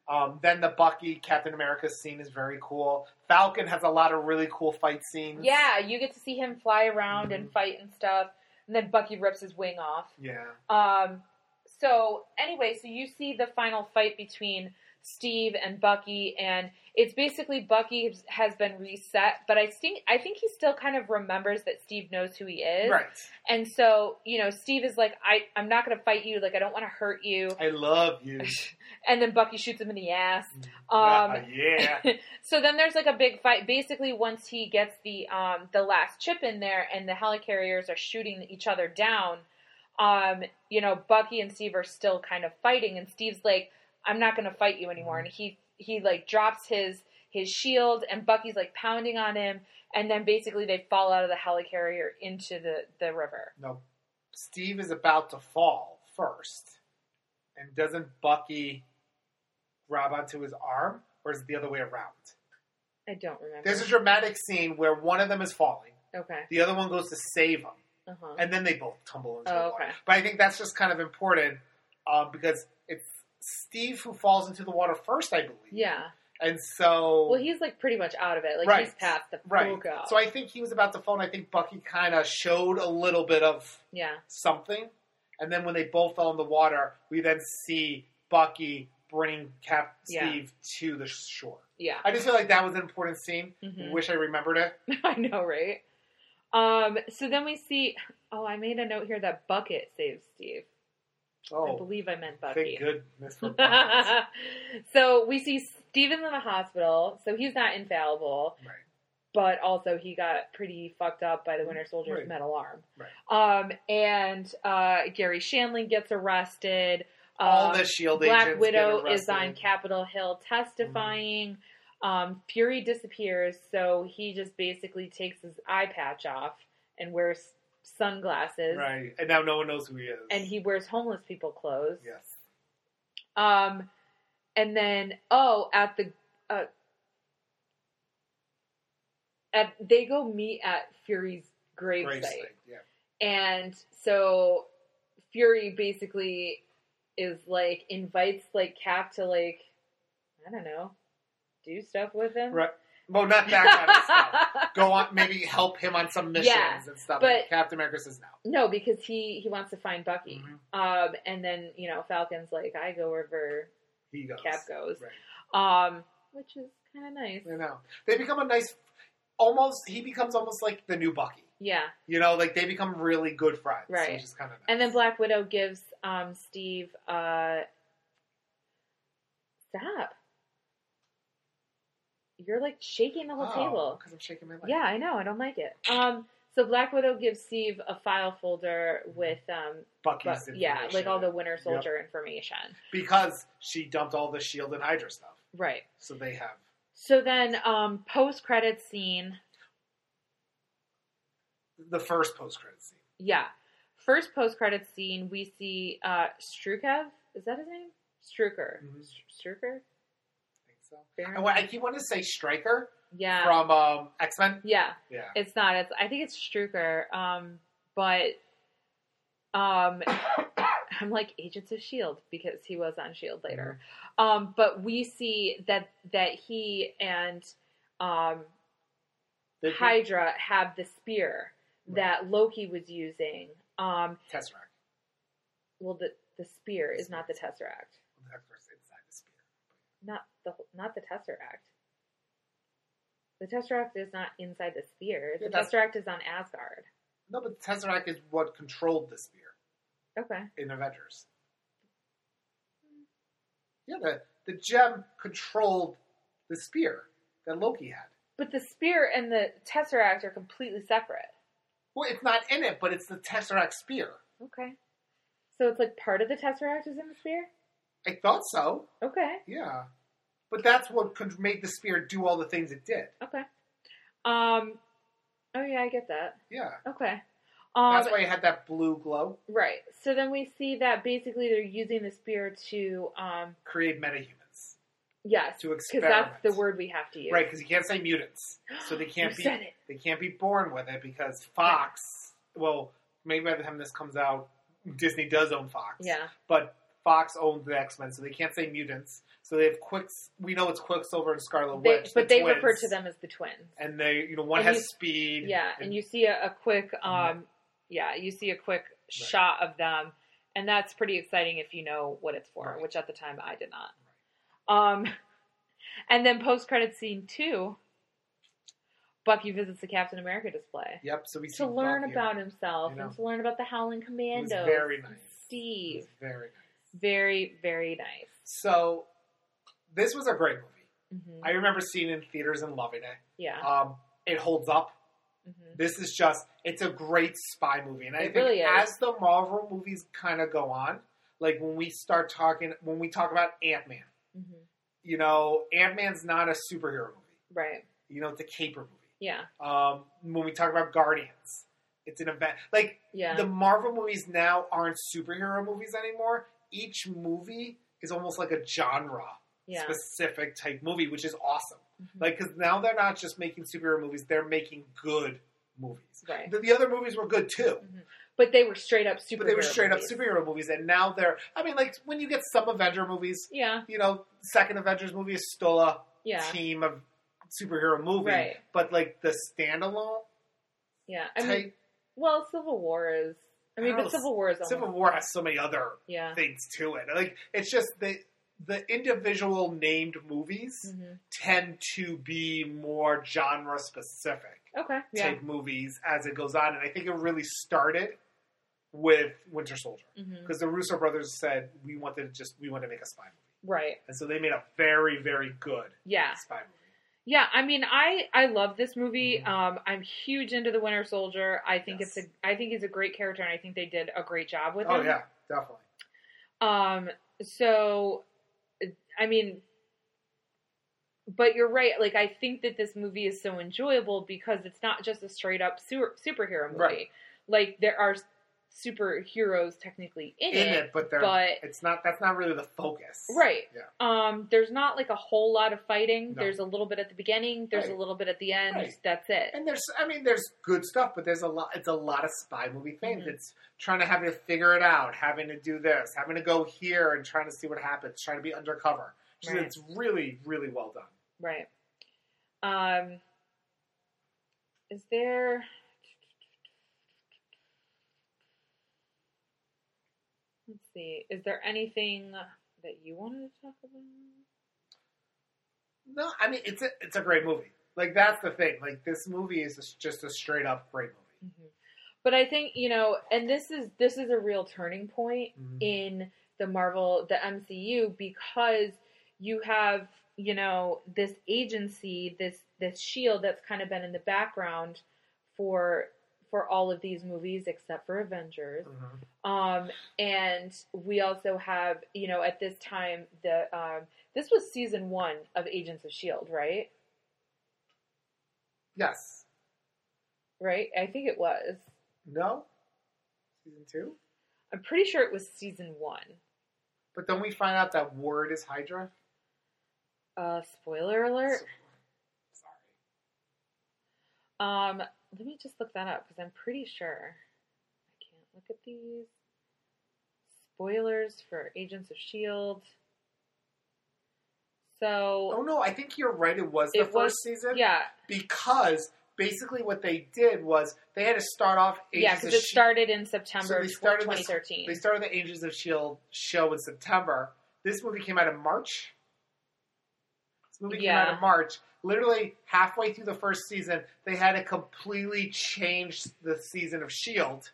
um, then the Bucky Captain America scene is very cool. Falcon has a lot of really cool fight scenes.
Yeah, you get to see him fly around and
Mhm.
fight and stuff, and then Bucky rips his wing off.
yeah.
Um, so anyway, so you see the final fight between Steve and Bucky, and it's basically Bucky has- has been reset, but I think I think he still kind of remembers that Steve knows who he is,
Right.
and so you know Steve is like, I I'm not gonna fight you, like I don't want to hurt you,
I love you.
and then Bucky shoots him in the ass.
Ah,
Um,
yeah.
so then there's like a big fight. Basically, once he gets the um, the last chip in there, and the helicarriers are shooting each other down, um, you know, Bucky and Steve are still kind of fighting, and Steve's like, "I'm not going to fight you anymore," and he he like drops his his shield, and Bucky's like pounding on him, and then basically they fall out of the helicarrier into the the river.
No, Steve is about to fall first, and doesn't Bucky grab onto his arm, or is it the other way around?
I don't remember.
There's a dramatic scene where one of them is falling,
okay.
the other one goes to save him.
Uh huh.
and then they both tumble into
Oh,
the water.
okay.
But I think that's just kind of important um, because it's Steve who falls into the water first, I believe.
Yeah.
And so,
Well, he's like pretty much out of it. Like
Right.
he's past the
right.
fuck out.
So I think he was about to fall, and I think Bucky kind of showed a little bit of
yeah.
something. And then when they both fell in the water, we then see Bucky bringing Cap
Yeah.
Steve to the shore.
Yeah.
I just feel like that was an important scene.
Mhm.
Wish I remembered it.
I know, right? Um, so then we see. Oh, I made a note here that Bucket saves Steve. I
Oh,
believe I meant Bucky.
thank goodness for Bucky.
so we see Steven's in the hospital, so he's not infallible.
Right.
but also he got pretty fucked up by the Winter Soldier's
Right.
metal arm. Um, and uh, Gary Shanley gets arrested.
All
Um,
the Shield
Black
E agents
Widow
get
is on
arrested.
Capitol Hill testifying. Um, Fury disappears, so he just basically takes his eye patch off and wears sunglasses.
Right, and now no one knows who he is.
And he wears homeless people clothes.
yes,
Um, and then oh, at the uh, at they go meet at Fury's grave
Grace
site,
thing, Yeah,
and so Fury basically is like invites like Cap to like I don't know do stuff with him.
right. Well, not that kind of stuff. Go on, maybe help him on some missions
Yeah,
and stuff.
but-
Captain America says no.
no, because he he wants to find Bucky.
Mhm.
Um, and then you know Falcon's like I go wherever
He goes.
Cap goes.
Right.
Um, which is kind of nice.
You know, they become a nice, almost. He becomes almost like the new Bucky.
Yeah.
You know, like they become really good friends,
Right.
Which is kind of nice.
And then Black Widow gives um, Steve. Uh, stop! You're like shaking the whole
Oh,
table.
because I'm shaking my leg.
Yeah, I know. I don't like it. Um, so Black Widow gives Steve a file folder with um,
Bucky's
but, yeah, like
information.
all the Winter Soldier information.
because she dumped all the Shield and Hydra stuff,
Right.
so they have
So then, um, post credit scene.
the first post credit scene.
Yeah, first post credit scene we see uh, Strukev. Is that his name? Struker.
Mhm.
Struker.
I think so. And what, I keep wanting to say Striker
Yeah.
from um, X Men.
Yeah,
Yeah,
it's not. It's I think it's Struker. Um, but um, I'm like Agents of Shield E because he was on Shield E later.
Mm-hmm.
Um, but we see that that he and um
They-
Hydra have the spear
Right.
that Loki was using. Um,
Tesseract.
well, the the spear is not the Tesseract,
That's what's inside the spear.
not the whole- not the Tesseract. The Tesseract is not inside the spear. The
Yeah, that's-
Tesseract is on Asgard.
No, but the Tesseract is what controlled the spear
Okay.
in Avengers. Yeah, the the gem controlled the spear that Loki had.
But the spear and the tesseract are completely separate.
Well, it's not in it, but it's the Tesseract spear.
Okay. So it's like part of the tesseract is in the spear?
I thought so.
Okay.
Yeah, but that's what con- made the spear do all the things it did.
Okay. Um Oh yeah, I get that.
Yeah,
Okay. Um
that's why it had that blue glow.
right. So then we see that basically they're using the spear to um
Create metahumans
yes,
to
because
experiment.
that's the word we have to use.
Right, because you can't say mutants, so they can't
You
be
said it.
they can't be born with it because Fox. Well, maybe by the time this comes out, Disney does own Fox.
Yeah.
but Fox owns the X Men, so they can't say mutants. So they have Quicks. We know it's Quicksilver and Scarlet
They,
Witch, the
but they
twins.
refer to them as the twins.
and they you know one
And
has
you-
speed.
Yeah, and you see a, a quick,
Mm-hmm.
um, yeah, you see a quick shot of them, and that's pretty exciting if you know what it's for,
Right.
which at the time I did not. Um, and then post credit scene two, Bucky visits the Captain America display
Yep. So we see
to learn
Bucky.
about himself
You know.
and to learn about the Howling
It was
Commandos.
very
and
nice. It
Steve,
was very nice.
very very nice.
So this was a great movie.
hmm
I remember seeing it in theaters and loving it.
yeah,
Um, it holds up.
hmm
This is just, it's a great spy movie. And I
It
think
really is.
as the Marvel movies kind of go on, like when we start talking, when we talk about Ant Man,
hmm
you know, Ant Man's not a superhero movie.
right?
You know, it's a caper movie.
Yeah,
Um, when we talk about Guardians, it's an event. Like
yeah,
the Marvel movies now aren't superhero movies anymore. Each movie is almost like a genre
yeah.
specific type movie, which is awesome.
Mhm.
Like, because now they're not just making superhero movies; they're making good movies.
Right.
The, the other movies were good too,
But they were straight up super.
but they were straight up superhero movies, and now they're. I mean, like when you get some Avenger movies,
Yeah,
you know, second Avengers movie is still a
yeah.
team of superhero movie,
Right.
but like the standalone
Yeah, I
type,
mean, well, Civil War is. I mean,
I don't
but
know,
Civil War is almost,
Civil War has so many other
Yeah.
things to it. Like it's just the the individual named movies
Mhm.
tend to be more genre specific.
Okay. Yeah.
type movies as it goes on. And I think it really started with Winter Soldier
hmm
because the Russo brothers said we wanted to just we want to make a spy movie,
Right.
and so they made a very very good
Yeah.
spy movie.
Yeah, I mean, I I love this movie. Um, I'm huge into the Winter Soldier. I think
Mm-hmm. Yes.
it's a I think he's a great character, and I think they did a great job with
Oh
him.
yeah, definitely.
Um, so, I mean, but you're right. Like, I think that this movie is so enjoyable because it's not just a straight up super, superhero movie.
Right.
Like, there are superheroes technically in,
In
it,
it, but they're
but
it's not that's not really the focus.
right.
Yeah.
Um, there's not like a whole lot of fighting.
No.
There's a little bit at the beginning. There's
Right.
a little bit at the end.
Right.
That's it.
And there's, I mean, there's good stuff, but there's a lot. It's a lot of spy movie things.
Mhm.
It's trying to having to figure it out, having to do this, having to go here and trying to see what happens, trying to be undercover. So
Right.
It's really, really well done.
Right. Um, is there? Let's see. Is there anything that you wanted to talk about?
No, I mean, it's a, it's a great movie. Like that's the thing. Like this movie is just- just a straight up great movie.
Mm-hmm. But I think you know, and this is this is a real turning point
Mm-hmm.
in the Marvel, the MCU, because you have you know this agency, this this shield that's kind of been in the background for for all of these movies except for Avengers.
Mhm.
Um, and we also have, you know, at this time, the um, this was season one of Agents of Shield, E right?
Yes.
Right? I think it was.
No. Season two.
I'm pretty sure it was season one.
But then we find out that Ward is Hydra.
Uh, spoiler alert.
So- sorry.
Um, let me just look that up because I'm pretty sure I can't look at these spoilers for Agents of Shield.
Oh
So
no, I think you're right. Oh, It was the
It
first
was-
season.
yeah,
because basically what they did was they had to start off
yeah,
Agents
because
of
it
Shi-
started in September
they
of
started this-
2013.
E They started the Agents of Shield E show in September. This movie came out in March. This movie came out
Yeah.
in March. Literally halfway through the first season, they had to completely change the season of Shield E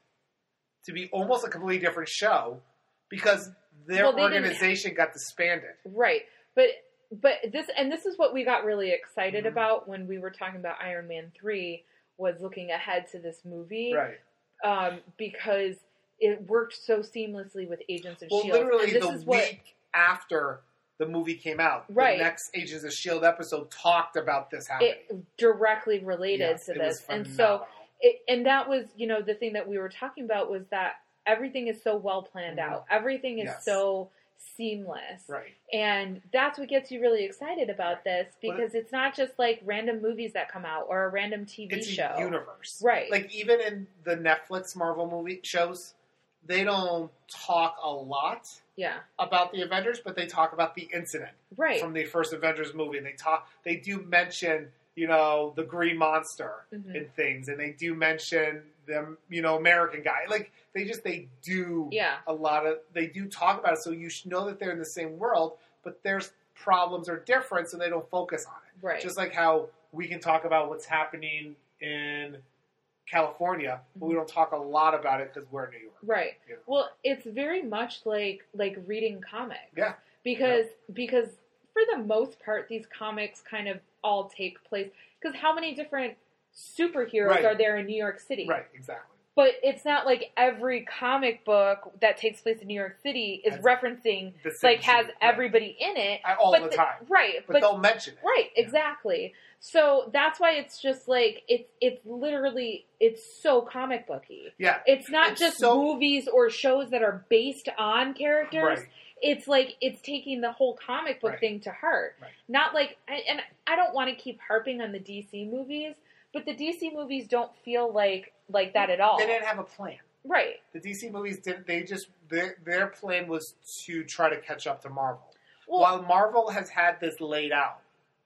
to be almost a completely different show because their
Well, they didn't-
organization got disbanded.
Right. But but this and this is what we got really excited
Mhm.
about when we were talking about Iron Man 3 was looking ahead to this movie
Right.
um because it worked so seamlessly with Agents of
Well,
Shield.
literally
E and this
the
is
week
what
after the movie came out,
Right.
the next Agents of Shield E episode talked about this happening.
it directly related
Yes,
to
it was
this. And so
phenomenal.
it, and that was, you know, the thing that we were talking about was that everything is so well planned
Mhm.
out. Everything is
Yes.
so seamless.
right,
And that's what gets you really excited about this
Well,
because it's not just like random movies that come out or a random TV
it's
show.
a universe,
Right.
Like even in the Netflix Marvel movie shows, they don't talk a lot
yeah.
about the Avengers, but they talk about the incident
Right.
from the first Avengers movie. They talk, they do mention, you know, the Green Monster
Mhm.
and things, and they do mention them, you know, American guy. Like they just they do,
Yeah.
a lot of they do talk about it, so you should know that they're in the same world, but their problems are different, so they don't focus on it.
Right.
Just like how we can talk about what's happening in California, but we don't talk a lot about it because we're in New York.
right.
you know.
Well, it's very much like like reading comics.
Yeah.
Because because for the most part these comics kind of all take place cuz how many different superheroes
Right.
are there in New York City?
Right, exactly.
But it's not like every comic book that takes place in New York City is
Has-
referencing
The same
like has
shit, right.
everybody in it
I- all
but
the
the-
time,
Right,
but,
but
they'll mention it.
Right,
Yeah.
exactly. So that's why it's just like it's it's literally it's so comic booky.
Yeah,
It's not
It's
just
so-
movies or shows that are based on characters.
right.
It's like it's taking the whole comic book
Right.
thing to heart.
Right.
Not like I- and I don't want to keep harping on the DC movies, but the DC movies don't feel like like that at all.
They
Right.
didn't have a plan. The DC movies didn't. They just their their plan was to try to catch up to Marvel.
Well,
While Marvel has had this laid out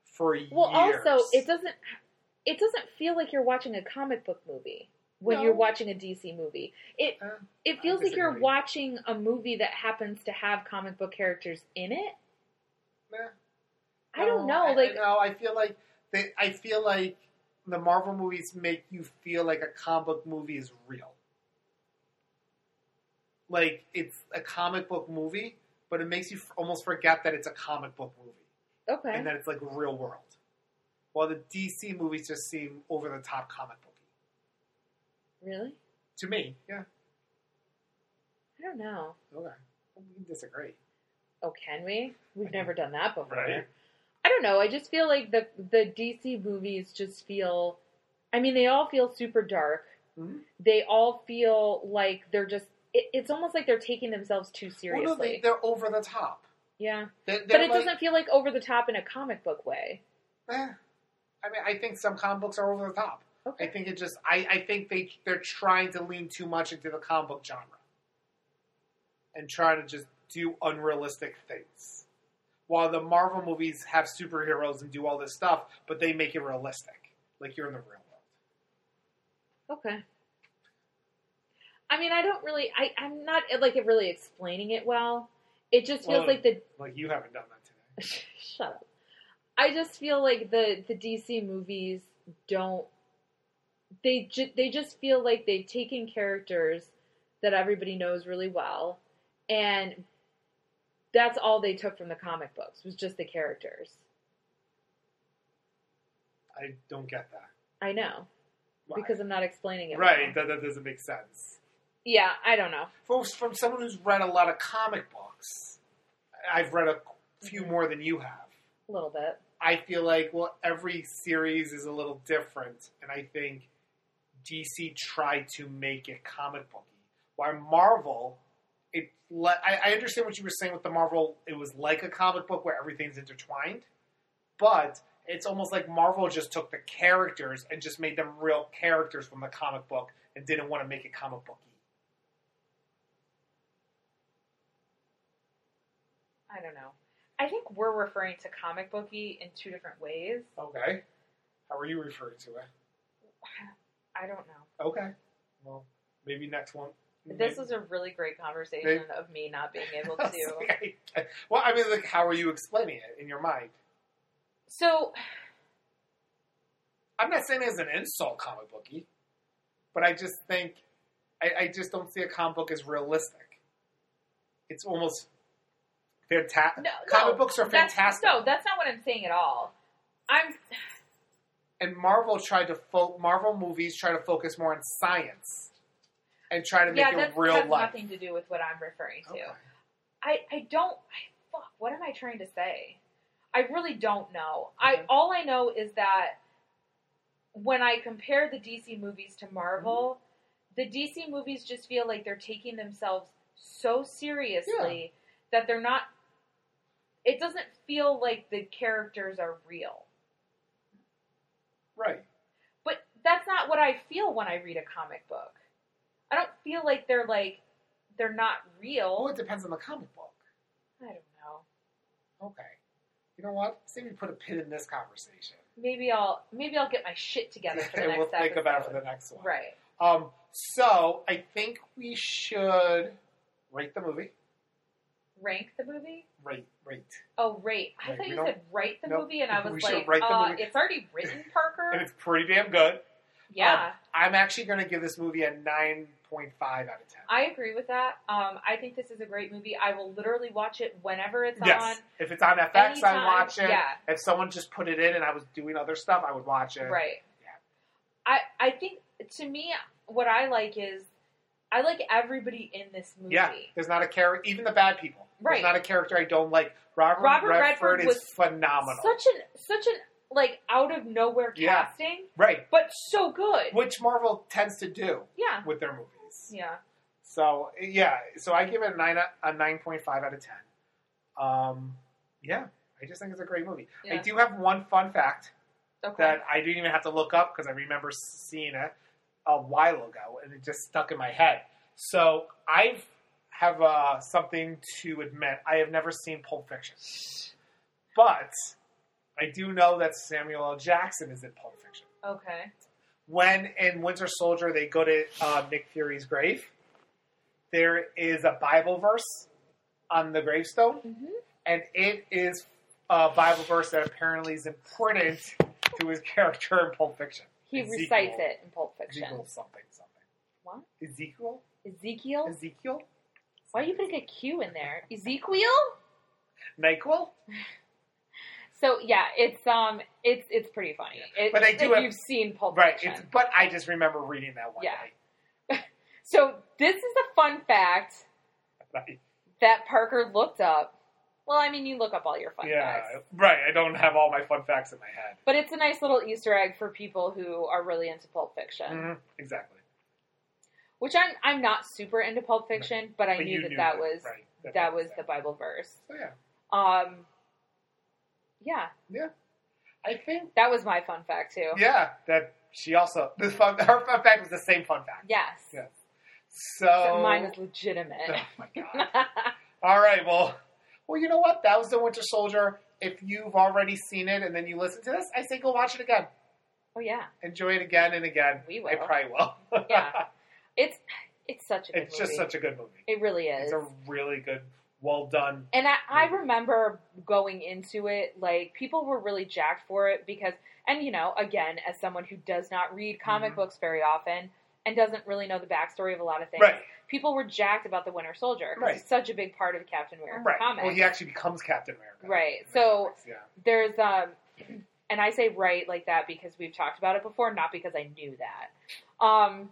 for years.
Well, also, it doesn't it doesn't feel like you're watching a comic book movie when
No.
you're watching a DC movie. It
Uh,
it feels like you're
disagree.
watching a movie that happens to have comic book characters in it.
Meh.
I don't know,
Oh, I,
like
no, I feel like they, I feel like the Marvel movies make you feel like a comic book movie is real. Like it's a comic book movie, but it makes you f- almost forget that it's a comic book movie
okay,
and that it's like real world. while the DC movies just seem over the top comic booky
Really?
to me. Yeah,
I don't know.
okay, we can disagree.
Oh, can we? We've never done that before.
Right.
I don't know. I just feel like the the DC movies just feel. I mean, they all feel super dark.
Mhm.
They all feel like they're just. It, it's almost like they're taking themselves too seriously.
Well, no, they, they're over the top.
yeah,
They're,
but
they're
it
like-
doesn't feel like over the top in a comic book way.
Eh, I mean, I think some comic books are over the top. I
Okay.
think it just, I, I think they they're trying to lean too much into the comic book genre and try to just do unrealistic things. While the Marvel movies have superheroes and do all this stuff, but they make it realistic, like you're in the real world.
Okay. I mean, I don't really. I I'm not like really explaining it well. It just feels
Well,
like the
Like you haven't done that today.
Shut up. I just feel like the the DC movies don't they ju- they just feel like they've taken characters that everybody knows really well and that's all they took from the comic books was just the characters.
I don't get that.
I know
Why?
because I'm not explaining it.
right,
well.
that, that doesn't make sense.
Yeah, I don't know.
From from someone who's read a lot of comic books, I've read a few more than you have.
A little bit.
I feel like well, every series is a little different, and I think DC tried to make it comic booky. While Marvel, it le- I, I understand what you were saying with the Marvel. It was like a comic book where everything's intertwined, but it's almost like Marvel just took the characters and just made them real characters from the comic book and didn't want to make it comic booky.
I don't know. I think we're referring to comic booky in two different ways.
Okay, how are you referring to it?
I don't know.
Okay, well maybe next one.
This was a really great conversation of me not being able to.
well, I mean, like, how are you explaining it in your mind?
So,
I'm not saying it as an insult, comic booky, but I just think I, I just don't see a comic book as realistic. It's almost fantastic.
No,
comic
no,
books are
that's,
fantastic,
no, that's not what I'm saying at all. I'm
and Marvel tried to fo- Marvel movies try to focus more on science and try to make
yeah,
it
that
real
has
life.
nothing to do with what I'm referring to.
Okay.
I I don't. I, fuck. What am I trying to say? I really don't know. I
Okay.
all I know is that when I compare the DC movies to Marvel,
Mm-hmm.
the DC movies just feel like they're taking themselves so seriously that they're not. It doesn't feel like the characters are real.
Right.
But that's not what I feel when I read a comic book. I don't feel like they're like they're not
Well,
real.
it depends on the comic book.
I don't know.
Okay. You know what? Say we put a pin in this conversation.
Maybe I'll maybe I'll get my shit together for the
and
next
we'll think about it for
episode.
the next one.
Right.
Um, so I think we should rate the movie.
Rank the movie?
Rate, rate.
Oh, rate. I
Right,
thought
we
you
don't-
said write the
no,
movie, and I
we
was
should
like,
write the
uh,
movie.
it's already written,
And
Parker.
it's um, pretty damn good.
yeah,
I'm actually going to give this movie a 9.5 out of 10.
I agree with that. Um, I think this is a great movie. I will literally watch it whenever it's
yes. If it's on FX,
Anytime,
I watch it.
yeah.
If someone just put it in and I was doing other stuff, I would watch
on.
it.
Right.
Yeah.
I I think to me, what I like is I like everybody in this movie.
Yeah. There's not a character, even the bad people.
Right.
There's not a character I don't like. Robert,
Robert
Redford,
Redford was
is phenomenal.
Such an such an like out of nowhere
Yeah.
casting,
right.
but so good.
Which Marvel tends to do
Yeah,
with their movies.
yeah.
So yeah, so I give it a nine a nine point five out of ten. Um, yeah, I just think it's a great movie. I
Yeah.
do have one fun fact
Okay.
that I didn't even have to look up because I remember seeing it a while ago and it just stuck in my head. So I have uh, something to admit. I have never seen Pulp Fiction, but I do know that Samuel L. Jackson is in Pulp Fiction.
okay.
When in Winter Soldier they go to uh, Nick Fury's grave, there is a Bible verse on the gravestone,
hmm
and it is a Bible verse that apparently is important to his character in Pulp Fiction.
He
Ezekiel.
recites it in Pulp Fiction.
Ezekiel something something.
What?
Ezekiel?
Ezekiel?
Ezekiel?
Why are you putting a Q in there? Ezekiel?
Nyquil?
So yeah, it's um, it's it's pretty funny. It,
But I do
if
have-
you've seen Pulp
Right.
Fiction.
It's, but I just remember reading that one
Yeah. So this is a fun fact
night.
that Parker looked up. Well, I mean, you look up all your fun
yeah.
facts,
Right. I don't have all my fun facts in my head.
but it's a nice little Easter egg for people who are really into Pulp Fiction.
Mhm, Exactly.
Which I'm I'm not super into Pulp Fiction, but I
But
knew
you
that that was
right,
that was the
there.
Bible verse.
So, yeah.
Um, yeah,
I think.
that was my fun fact too.
Yeah. That she also the fun. Her fun fact was the same fun fact.
Yes,
Yeah. Oh.
Except
So
mine is legitimate.
Oh my god. All right. Well. Well, you know what? That was the Winter Soldier. If you've already seen it and then you listen to this, I say go watch it again.
oh yeah,
Enjoy it again and again.
We
I
will.
probably will.
Yeah. it's it's such a good
it's just
movie.
such a good movie.
it really is.
It's a really good, well done.
And I, I remember going into it, like, people were really jacked for it because, and you know, again, as someone who does not read comic
Mhm.
books very often and doesn't really know the backstory of a lot of things,
Right.
people were jacked about the Winter Soldier because
Right.
he's such a big part of Captain America
Right. Oh,
comics.
Well, he actually becomes Captain America.
Right.
In the
So-
comics, yeah.
There's, um, and I say right like that because we've talked about it before, not because I knew that. Um,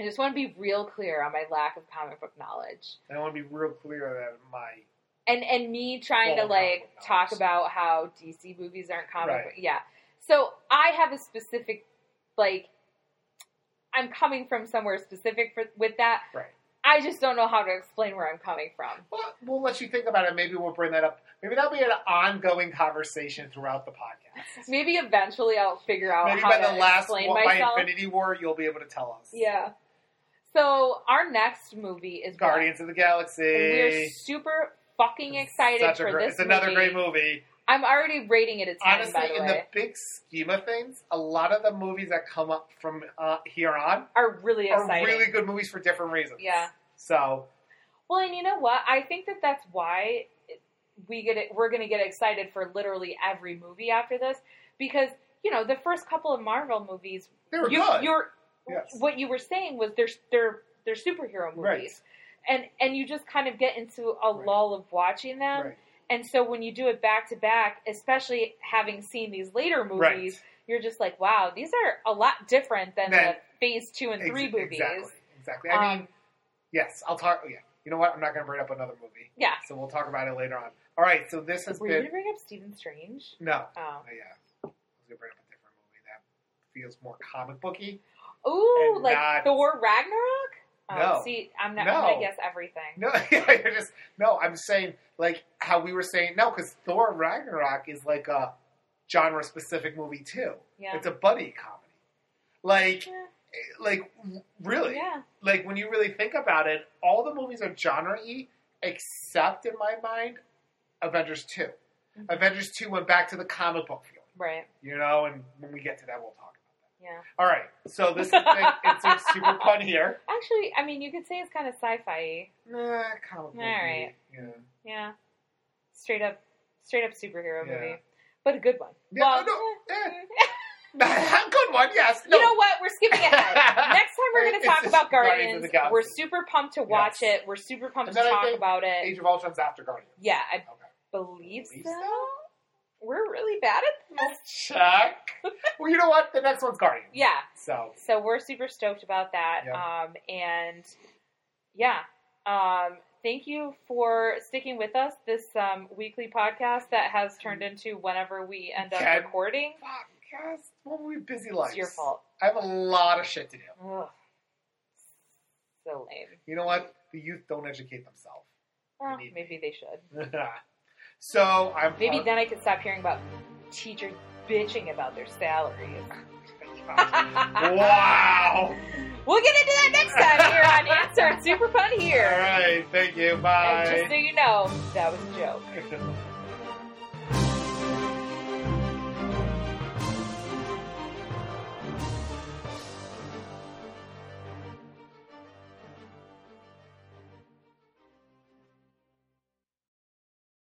I just want to be real clear on my lack of comic book knowledge.
And I want to be real clear that my
and and me trying
Well,
to like
comic book
talk
novels.
about how DC movies aren't comic
Right.
book. Yeah. So I have a specific like I'm coming from somewhere specific for, with that.
Right.
I just don't know how to explain where I'm coming from.
well, we'll let you think about it. Maybe we'll bring that up. Maybe that'll be an ongoing conversation throughout the podcast.
Maybe eventually I'll figure out
Maybe
how
by
to
the last
explain
one, by
myself.
Infinity War, you'll be able to tell us.
yeah. So our next movie is
Guardians of the Galaxy.
Black. And we're super fucking excited
Such a
for
great,
this.
it's another great movie.
I'm already rating it a ten.
Honestly,
by the
in
way,
the big scheme of things, a lot of the movies that come up from uh, here on
are really
are
exciting.
really good movies for different reasons.
Yeah.
So
Well, and you know what? I think that that's why we get it, we're going to get excited for literally every movie after this because you know the first couple of Marvel movies,
they were
you,
good.
are
Yes.
what you were saying was they're they're they're superhero
Right.
movies, and and you just kind of get into a
Right.
lull of watching them,
Right.
and so when you do it back to back, especially having seen these later movies,
Right.
you're just like, wow, these are a lot different than
Then-
the Phase Two and Three
Ex-
movies.
Exactly. Exactly. I mean,
Um,
yes, I'll talk. Yeah. You know what? I'm not going to bring up another movie.
yeah.
So we'll talk about it later on. All right. So this has
Were you
been
going to bring up Stephen Strange?
no.
Oh.
Oh, yeah. I was going to bring up a different movie that feels more comic booky.
Ooh,
and
like
not-
Thor Ragnarok? Oh,
No.
see, I'm not
No.
I'm gonna guess everything.
No, you're just no. I'm saying like how we were saying no because Thor Ragnarok is like a genre specific movie too.
Yeah.
It's a buddy comedy. Like,
Yeah.
like really.
Yeah.
like when you really think about it, all the movies are genre y except in my mind, Avengers 2
Mhm.
Avengers two went back to the comic book feeling,
Right.
you know. And when we get to that, we'll talk about
Yeah.
that. All right, so this is like, it's like super fun here.
Actually, I mean, you could say it's kind of sci-fi.
Nah, comic
All
book.
right.
movie, Yeah.
Yeah. Straight up, straight up superhero
Yeah.
movie, but a good one.
Yeah,
well,
no,
eh,
eh. Good one. Yes. No.
you know what? We're skipping ahead. Next time we're going
It's
to talk
just
about
Guardians
Guardians.
of the Galaxy.
We're super pumped to watch
Yes.
it. We're super pumped
And
to
then I
talk
think
about it.
Age of Ultron's after Guardians.
Yeah, I
Okay.
believe
Believe
so. We're really bad at this.
Check. well, you know what? The next one's Guardians.
Yeah.
So
so we're super stoked about that.
Yeah.
Um, and yeah, um, thank you for sticking with us this um, weekly podcast that has turned into whenever we end up
Okay.
recording.
fuck, guys, what were we busy lives?
It's your fault.
I have a lot of shit to do.
Ugh. So lame.
You know what? The youth don't educate themselves.
Oh,
Maybe.
maybe they should.
so I'm
Maybe then I could stop hearing about teachers bitching about their salaries.
wow.
We'll get into that next time here on Ants Are Super Fun
All
Here.
right. Thank you.
And just
Bye.
so you know, that was a joke.